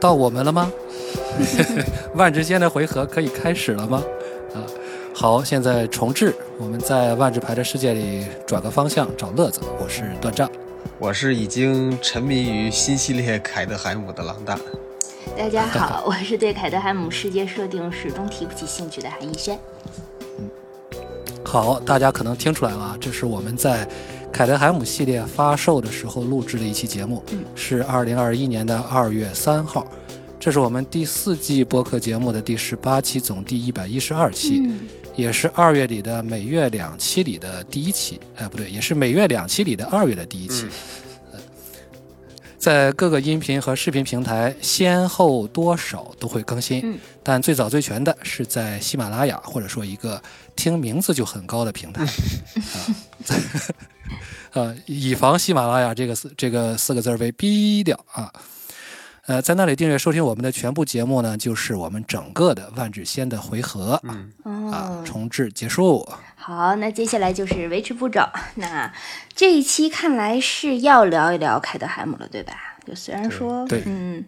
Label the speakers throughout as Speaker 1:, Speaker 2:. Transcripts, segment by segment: Speaker 1: 到我们了吗？ 万智仙的回合可以开始了吗？啊，好，现在重置，我们在万智牌的世界里转个方向找乐子。我是段丈，
Speaker 2: 我是已经沉迷于新系列凯德海姆的狼大。
Speaker 3: 大 家好，我是对凯德海姆世界设定始终提不起兴趣的韩逸轩。
Speaker 1: 好，大家可能听出来了啊，这是我们在凯德海姆系列发售的时候录制的一期节目，是二零二一年的二月三号，这是我们第四季播客节目的第十八期，总第一百一十二期，也是二月里的每月两期里的第一期，哎，不对，也是每月两期里的二月的第一期。呃在各个音频和视频平台先后多少都会更新，
Speaker 3: 嗯
Speaker 1: 但最早最全的是在喜马拉雅，或者说一个听名字就很高的平台。 呃，以防喜马拉雅这个四这个四个字儿被逼掉啊。呃，在那里订阅收听我们的全部节目呢，就是我们整个的万智仙的回合、啊
Speaker 3: 哦，
Speaker 1: 重置结束。
Speaker 3: 好，那接下来就是维持步骤。那这一期看来是要聊一聊凯德海姆了，对吧？就虽然说，
Speaker 1: 对对
Speaker 3: 嗯，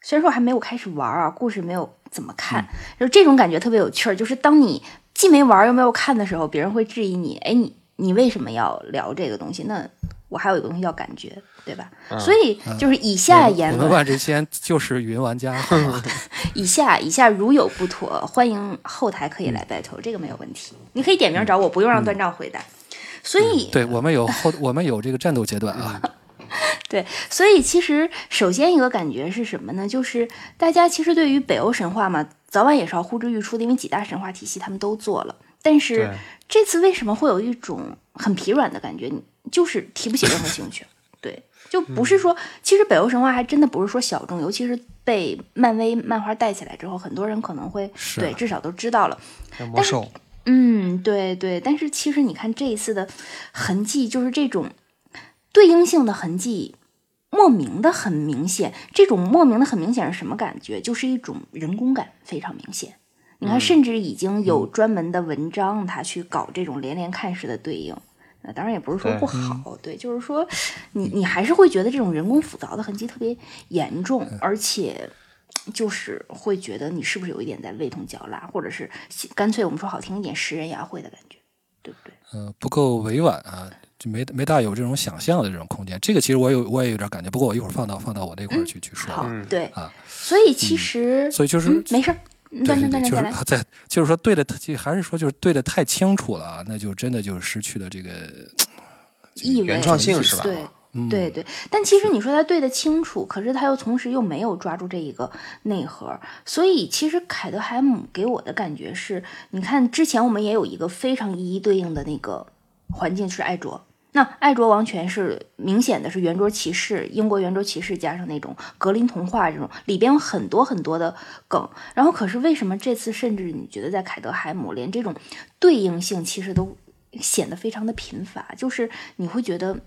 Speaker 3: 虽然说我还没有开始玩啊，故事没有怎么
Speaker 1: 嗯
Speaker 3: 看，就这种感觉特别有趣儿。就是当你既没玩又没有看的时候，别人会质疑你，哎，你你为什么要聊这个东西？那我还有一个东西叫感觉，对吧？所以就是以下言
Speaker 1: 啊嗯我
Speaker 3: 论
Speaker 1: 们，万智仙就是云玩家，好吗
Speaker 3: 以下以下如有不妥，欢迎后台可以
Speaker 1: 嗯
Speaker 3: 来 battle，、这个没有问题。你可以点名找我，不用让段丈回答。所以，
Speaker 1: 嗯对我们有后，我们有这个战斗阶段啊。
Speaker 3: 对，所以其实首先一个感觉是什么呢？就是大家其实对于北欧神话嘛，早晚也是要呼之欲出的，因为几大神话体系他们都做了。但是
Speaker 2: 对
Speaker 3: 这次为什么会有一种很疲软的感觉？你就是提不起任何兴 趣。对，就不
Speaker 1: 嗯
Speaker 3: 是说，其实北欧神话还真的不是说小众，尤其是被漫威漫画带起来之后，很多人可能会
Speaker 1: 是啊
Speaker 3: 对至少都知道了。
Speaker 2: 像魔兽，
Speaker 3: 嗯，对对，但是其实你看这一次的痕迹，就是这种对应性的痕迹，莫名的很明显。这种莫名的很明显是什么感觉？就是一种人工感非常明显。你看，甚至已经有专门的文章，他去搞这种连连看式的对应。那当然也不是说
Speaker 2: 对
Speaker 3: 不好，对，就是说你你还是会觉得这种人工复杂的痕迹特别严重，而且就是会觉得你是不是有一点在味同嚼蜡，或者是干脆我们说好听一点，食人牙慧的感觉，对不对？
Speaker 1: 呃，不够委婉啊，就没没大有这种想象的这种空间。这个其实我有我也有点感觉，不过我一会儿放到放到我那块儿去去说。
Speaker 3: 好，
Speaker 2: 嗯
Speaker 3: 对，
Speaker 1: 啊
Speaker 3: 所以其实、
Speaker 1: 所以就是
Speaker 3: 嗯、没事儿，
Speaker 1: 对
Speaker 3: 断
Speaker 1: 对对，
Speaker 3: 章断章
Speaker 1: 就
Speaker 3: 再来。
Speaker 1: 是啊在就是说对的，就还是说就是对的太清楚了啊，那就真的就失去了这个
Speaker 3: 意味
Speaker 2: 原创性是吧
Speaker 3: 对。
Speaker 1: 嗯
Speaker 3: 对对，但其实你说他对得清楚，可是他又同时又没有抓住这一个内核，所以其实凯德海姆给我的感觉是，你看之前我们也有一个非常一一对应的那个环境是艾卓，那艾卓王权是明显的是圆桌骑士，英国圆桌骑士加上那种格林童话这种里边有很多很多的梗，然后可是为什么这次甚至你觉得在凯德海姆连这种对应性其实都显得非常的贫乏，就是你会觉得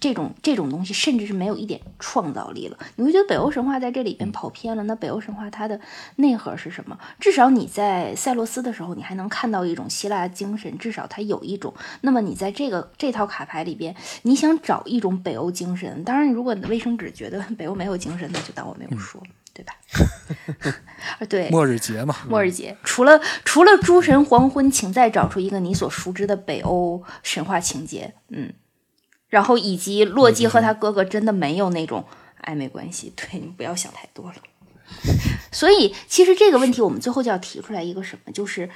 Speaker 3: 这种这种东西甚至是没有一点创造力了。你会觉得北欧神话在这里边跑偏了。那北欧神话它的内核是什么？至少你在塞洛斯的时候，你还能看到一种希腊精神，至少它有一种。那么你在这个这套卡牌里边，你想找一种北欧精神，当然，如果你的卫生纸觉得北欧没有精神，那就当我没有说，对吧？啊，对，
Speaker 1: 末日节嘛。
Speaker 3: 末日节，除了除了诸神黄昏，请再找出一个你所熟知的北欧神话情节，嗯，然后以及洛基和他哥哥真的没有那种暧昧关系，对你不要想太多了。 所以其实这个问题我们最后就要提出来一个什么，就是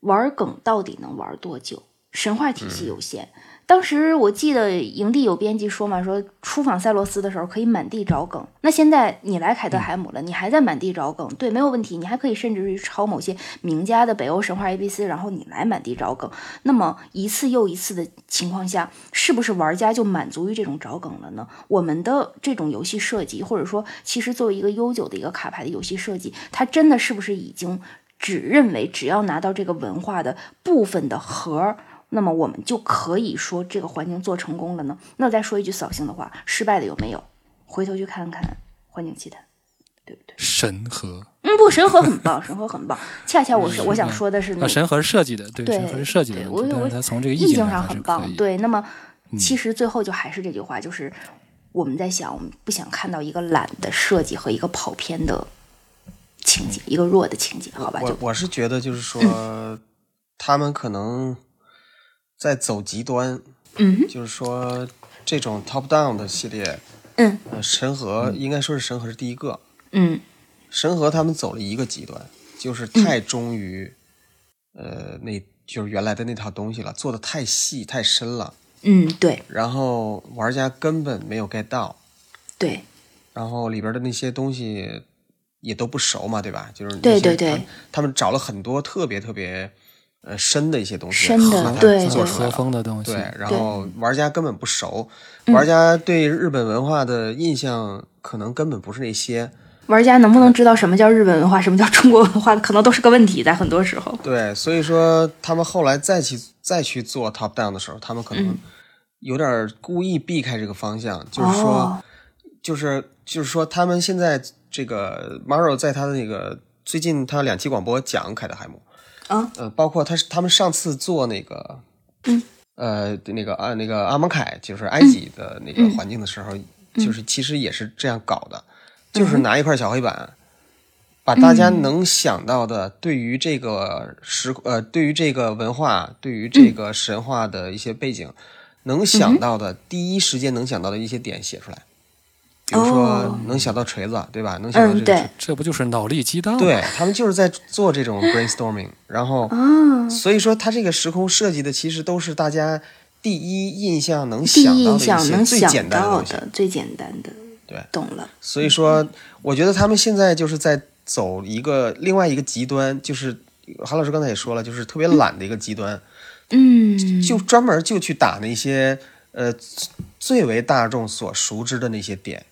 Speaker 3: 玩梗到底能玩多久？神话体系有限。当时我记得营地有编辑说嘛，说出访塞罗斯的时候可以满地找梗。那现在你来凯特海姆了，你还在满地找梗，对，没有问题。你还可以甚至是抄某些名家的北欧神话 A B C，然后你来满地找梗。那么一次又一次的情况下，是不是玩家就满足于这种找梗了呢？我们的这种游戏设计，或者说其实作为一个悠久的一个卡牌的游戏设计，它真的是不是已经只认为只要拿到这个文化的部分的核儿，那么我们就可以说这个环境做成功了呢？那再说一句扫兴的话，失败的有没有？回头去看看《环境奇谭》。
Speaker 1: 神和
Speaker 3: 嗯，不，神河很棒，神河很棒。恰恰我是我想说的是，那
Speaker 1: 啊，神和是设计的，对，
Speaker 3: 对
Speaker 1: 神和是设计的
Speaker 3: 对
Speaker 1: 问题，
Speaker 3: 我
Speaker 1: 但
Speaker 3: 我
Speaker 1: 是它从这个
Speaker 3: 意
Speaker 1: 境
Speaker 3: 境
Speaker 1: 上
Speaker 3: 上
Speaker 1: 还是
Speaker 3: 很
Speaker 1: 可
Speaker 3: 棒。
Speaker 1: 以。
Speaker 3: 对，那么其实最后就还是这句话，就是我们在想，我们不想看到一个懒的设计和一个跑偏的情节，一个弱的情节，好吧？
Speaker 2: 我
Speaker 3: 就
Speaker 2: 我是觉得就是说，他们可能在走极端，
Speaker 3: 嗯哼
Speaker 2: 就是说这种 top down 的系列，
Speaker 3: 嗯
Speaker 2: 呃，神河应该说是神河是第一个，
Speaker 3: 嗯
Speaker 2: 神河他们走了一个极端，就是太忠于，呃，那就是原来的那套东西了，做的太细太深了，
Speaker 3: 嗯，对
Speaker 2: 然后玩家根本没有 get 到，
Speaker 3: 对，
Speaker 2: 然后里边的那些东西也都不熟嘛，对吧？就是那
Speaker 3: 对
Speaker 2: 些
Speaker 3: 对对
Speaker 2: 他们，他们找了很多特别特别呃深的一些东西，
Speaker 3: 深的
Speaker 2: 把它
Speaker 3: 对
Speaker 2: 做
Speaker 1: 做
Speaker 2: 出来
Speaker 1: 和
Speaker 2: 了。
Speaker 1: 风的东西
Speaker 2: 对，，然后玩家根本不熟，
Speaker 3: 嗯
Speaker 2: 玩家对日本文化的印象可能根本不是那些，
Speaker 3: 玩家能不能知道什么叫日本文化，什么叫中国文化，可能都是个问题，在很多时候。
Speaker 2: 对，所以说他们后来再去再去做 top down 的时候，他们可
Speaker 3: 嗯
Speaker 2: 能有点儿故意避开这个方向，就是说，
Speaker 3: 哦
Speaker 2: 就是就是说，他们现在这个 Maro 在他的那个最近他两期广播讲凯德海姆，
Speaker 3: 啊，
Speaker 2: 呃，包括他是他们上次做那个，嗯，呃，那个啊那个阿蒙凯就是埃及
Speaker 3: 嗯
Speaker 2: 的那个环境的时候，就是其实也是这样搞
Speaker 3: 嗯
Speaker 2: 的，就是拿一块小黑板。把大家
Speaker 3: 嗯
Speaker 2: 能想到的对于这个时呃，对于这个文化，对于
Speaker 3: 嗯
Speaker 2: 这个神话的一些背景，能想到的第一时间能想到的一些点写出来，比如说
Speaker 3: 哦
Speaker 2: 能想到锤子，对吧？能想到这
Speaker 3: 嗯，
Speaker 2: 个
Speaker 3: 对
Speaker 2: 锤，
Speaker 1: 这不就是脑力激荡？，
Speaker 2: 对他们就是在做这 种 brainstorming，然后，
Speaker 3: 啊
Speaker 2: 所以说他这个时空设计的其实都是大家第一印象能
Speaker 3: 第
Speaker 2: 想
Speaker 3: 一
Speaker 2: 到
Speaker 3: 印
Speaker 2: 的一
Speaker 3: 象
Speaker 2: 些
Speaker 3: 能
Speaker 2: 最简
Speaker 3: 想
Speaker 2: 单的
Speaker 3: 到
Speaker 2: 东西。
Speaker 3: 的最简单的，
Speaker 2: 对
Speaker 3: 懂了。
Speaker 2: 所以说，我觉得他们现在就是在走一个另外一个极端，就是韩老师刚才也说了，就是特别懒的一个极端，
Speaker 3: 嗯，
Speaker 2: 就专门就去打那些呃最为大众所熟知的那些点。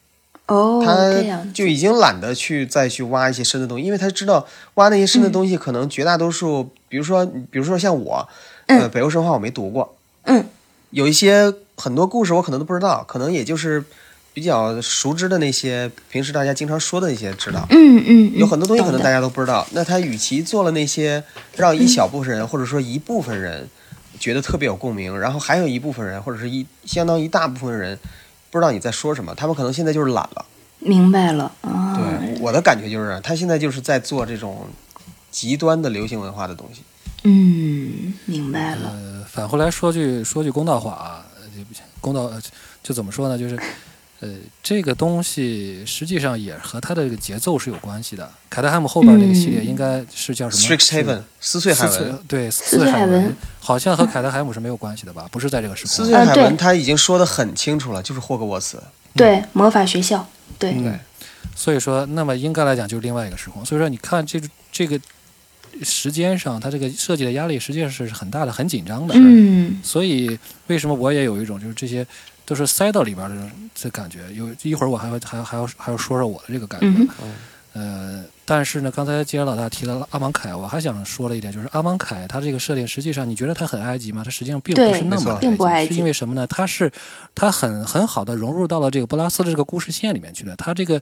Speaker 3: 哦，这
Speaker 2: 他
Speaker 3: 样，
Speaker 2: 就已经懒得去再去挖一些深的东西，因为他知道挖那些
Speaker 3: 嗯
Speaker 2: 深的东西，可能绝大多数，比如说，比如说像我，呃，北欧神话我没读过，
Speaker 3: 嗯，
Speaker 2: 有一些很多故事我可能都不知道，可能也就是比较熟知的那些，平时大家经常说的那些知道，
Speaker 3: 嗯嗯，
Speaker 2: 有很多东西可能大
Speaker 3: 家
Speaker 2: 家都不知道。那他与其做了那些让
Speaker 3: 嗯
Speaker 2: 一小部分人、或者说一部分人觉得特别有共鸣，然后还有一部分人或者是一相当一大部分人不知道你在说什么，他们可能现在就是懒了。
Speaker 3: 明白了啊，
Speaker 2: 对，我的感觉就是，他现在就是在做这种极端的流行文化的东西。
Speaker 3: 嗯，明白了，
Speaker 1: 呃，反过来说句说句公道话啊，呃就公道呃就就怎么说呢？就是，呃，这个东西实际上也和它的这个节奏是有关系的。凯特汉姆后边这个系列
Speaker 3: 嗯
Speaker 1: 应该是叫什么
Speaker 2: Strixhaven 撕碎海
Speaker 1: 斯翠
Speaker 2: 文，
Speaker 1: 对，
Speaker 3: 斯
Speaker 1: 斯
Speaker 3: 翠海
Speaker 1: 海
Speaker 3: 文
Speaker 1: 好像和凯特海姆是没有关系的吧？不是在这个时
Speaker 2: 撕
Speaker 1: 空啊
Speaker 2: 碎
Speaker 1: 的。
Speaker 3: 呃
Speaker 2: 海
Speaker 3: 对
Speaker 2: 文他已经说的很清楚了，就是霍格沃茨。
Speaker 3: 对，魔法学校，对，
Speaker 1: 嗯，所以说，那么应该来讲就是另外一个时空。所以说，你看这个这个时间上，它这个设计的压力实际上是很大的，很紧张的。
Speaker 3: 嗯
Speaker 1: 所以为什么我也有一种就是这些都是塞到里边儿的这种这感觉？有一会儿我还会还还要还要说说我的这个感觉。
Speaker 3: 嗯哼
Speaker 1: 呃，但是呢，刚才既然老大提到了阿芒凯，我还想说了一点，就是阿芒凯他这个设定，实际上你觉得他很埃及吗？他实际上并不
Speaker 3: 对
Speaker 1: 是那
Speaker 2: 没
Speaker 1: 么埃
Speaker 2: 错
Speaker 1: 及，
Speaker 3: 并不埃及
Speaker 1: 是因为什么呢？他是他很很好的融入到了这个布拉斯的这个故事线里面去的。他这个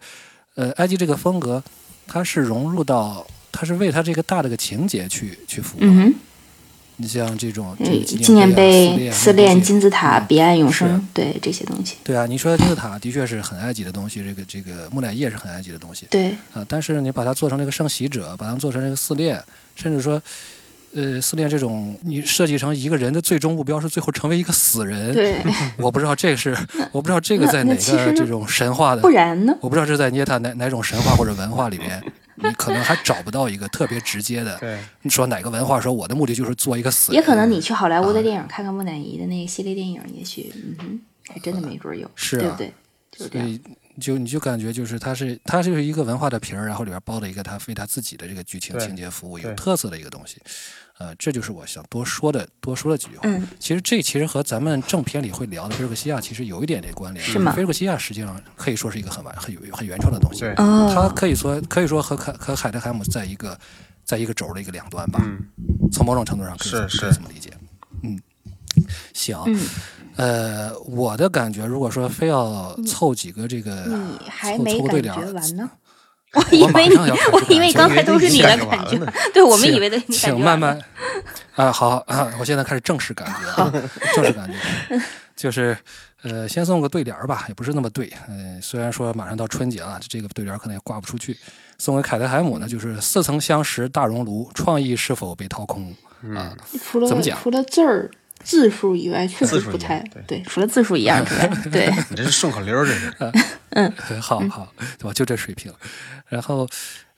Speaker 1: 呃埃及这个风格，他是融入到。他是为他这个大的个情节去去服务的，
Speaker 3: 嗯哼，
Speaker 1: 你像这种这
Speaker 3: 嗯
Speaker 1: 个
Speaker 3: 纪
Speaker 1: 纪
Speaker 3: 念
Speaker 1: 碑
Speaker 3: 碑、
Speaker 1: 啊、
Speaker 3: 思
Speaker 1: 恋
Speaker 3: 恋、金字塔、彼岸永
Speaker 1: 嗯是
Speaker 3: 生，对这些东西，
Speaker 1: 对啊，你说金字塔的确是很埃及的东西，这个这个木乃伊也是很埃及的东西
Speaker 3: 对，
Speaker 1: 啊。但是你把它做成这个圣洗者，把它做成这个四恋，甚至说，呃，四恋这种你设计成一个人的最终目标是最后成为一个死人，
Speaker 3: 对，
Speaker 1: 我不知道这 个是，我不知道这个
Speaker 3: 那
Speaker 1: 在
Speaker 3: 那
Speaker 1: 哪
Speaker 3: 其实
Speaker 1: 个这种神话的
Speaker 3: 不，然呢？
Speaker 1: 我不知道这在捏塔哪哪种神话或者文化里面，你可能还找不到一个特别直接的，
Speaker 2: 对，
Speaker 1: 你说哪个文化说我的目的就是做一个死人，
Speaker 3: 也可能你去好莱坞的电影看看木乃伊的那个系列电影，也许，嗯哼，还真的没准儿有，
Speaker 1: 是
Speaker 3: 对
Speaker 1: 啊
Speaker 3: 不对？就这
Speaker 1: 所
Speaker 3: 样，
Speaker 1: 以就你就感觉就是它是它就是一个文化的皮儿，然后里边包了一个它为它自己的这个剧情
Speaker 2: 对
Speaker 1: 情节服务有
Speaker 2: 对
Speaker 1: 特色的一个东西，呃，这就是我想多说的多说的几句话。
Speaker 3: 嗯
Speaker 1: 其实这其实和咱们正片里会聊的菲尔克西亚其实有一点点关联。
Speaker 3: 是吗
Speaker 1: 菲尔克西亚实际上可以说是一个很完很有很原创的东西，
Speaker 2: 对
Speaker 1: 它
Speaker 3: 哦，
Speaker 1: 可以说可以说和凯和海德海姆在一个在一个轴的一个两端吧。
Speaker 2: 嗯，
Speaker 1: 从某种程度上可以
Speaker 2: 是
Speaker 1: 这么可以
Speaker 2: 是
Speaker 1: 这么理解。嗯，行，
Speaker 3: 嗯
Speaker 1: 呃，我的感觉，如果说非要凑几个这个，
Speaker 3: 你还
Speaker 1: 哎凑
Speaker 3: 没
Speaker 1: 凑对联
Speaker 3: 感觉
Speaker 1: 儿，
Speaker 3: 完呢。我以
Speaker 1: 马
Speaker 3: 为你，
Speaker 1: 上要开
Speaker 3: 我
Speaker 1: 始
Speaker 3: 以
Speaker 1: 感
Speaker 3: 为
Speaker 1: 觉
Speaker 3: 刚才都是你的
Speaker 2: 我以为你
Speaker 3: 感
Speaker 2: 感
Speaker 3: 觉
Speaker 2: 觉完，
Speaker 3: 对我们
Speaker 1: 请
Speaker 3: 以为都是你感觉
Speaker 1: 请慢
Speaker 3: 完了
Speaker 1: 慢啊，好啊，我现在开始正式感觉，啊，正式感觉，就是呃，先送个对联儿吧，也不是那么对。呃，虽然说马上到春节了，这个对联儿可能也挂不出去。送给凯特海姆呢，就是似曾相识大熔炉，创意是否被掏空？
Speaker 2: 嗯
Speaker 1: 啊、
Speaker 4: 除了
Speaker 1: 怎么讲
Speaker 4: 除了字儿字数以外，确实
Speaker 2: 字数
Speaker 4: 不
Speaker 2: 以外
Speaker 4: 太
Speaker 2: 对
Speaker 4: 对。
Speaker 3: 除了字数一样之外， 对，
Speaker 2: 你这是顺口溜儿，这是。
Speaker 1: 好好，对吧？就这水平。然后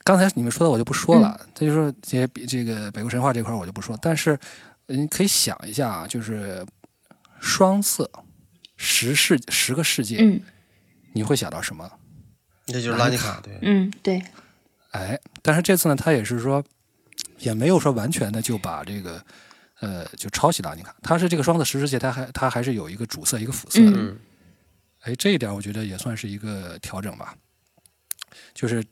Speaker 1: 刚才你们说的我就不说了，这就是说这些比这个北欧神话这块儿我就不说，但是你可以想一下啊，就是双色十世十个世界，
Speaker 3: 嗯
Speaker 1: 你会想到什么？
Speaker 2: 这就是拉尼卡，对，
Speaker 3: 嗯，
Speaker 4: 对，
Speaker 1: 哎，但是这次呢，他也是说，也没有说完全的就把这个。呃，就抄袭了。你看，他是这个双色十世界，他还他还是有一个主色一个辅色的。
Speaker 4: 嗯
Speaker 2: 嗯
Speaker 1: 哎，这一点我觉得也算是一个调整吧。就是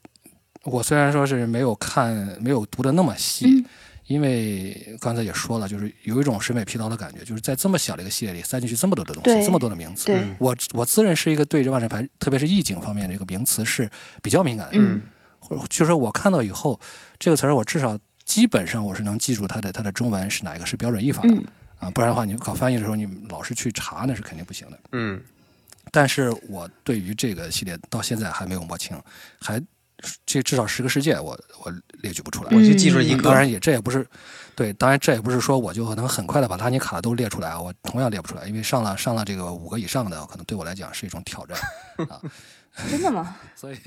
Speaker 1: 我虽然说是没有看、没有读的那么细，
Speaker 4: 嗯
Speaker 1: 因为刚才也说了，就是有一种审美疲劳的感觉，就是在这么小的一个系列里塞进去这么多的东
Speaker 4: 对
Speaker 1: 西，这么多的名词。
Speaker 4: 对，
Speaker 1: 我我自认是一个对这万圣牌，特别是意境方面的这个名词是比较敏感的人，
Speaker 4: 嗯
Speaker 1: 或者就是我看到以后，这个词儿我至少基本上我是能记住它的它的中文是哪一个是标准译法的、
Speaker 4: 嗯
Speaker 1: 啊，不然的话你搞翻译的时候你老是去查那是肯定不行的。
Speaker 2: 嗯
Speaker 1: 但是我对于这个系列到现在还没有摸清，还这至少十个世界我我列举不出来。嗯
Speaker 2: 我就记住一
Speaker 1: 当
Speaker 2: 个，
Speaker 1: 然也这也不是，对，当然这也不是说我就能很快的把拉尼卡都列出来啊，我同样列不出来，因为上了 上了这个五个以上的，可能对我来讲是一种挑战啊，
Speaker 3: 真的吗？
Speaker 1: 所以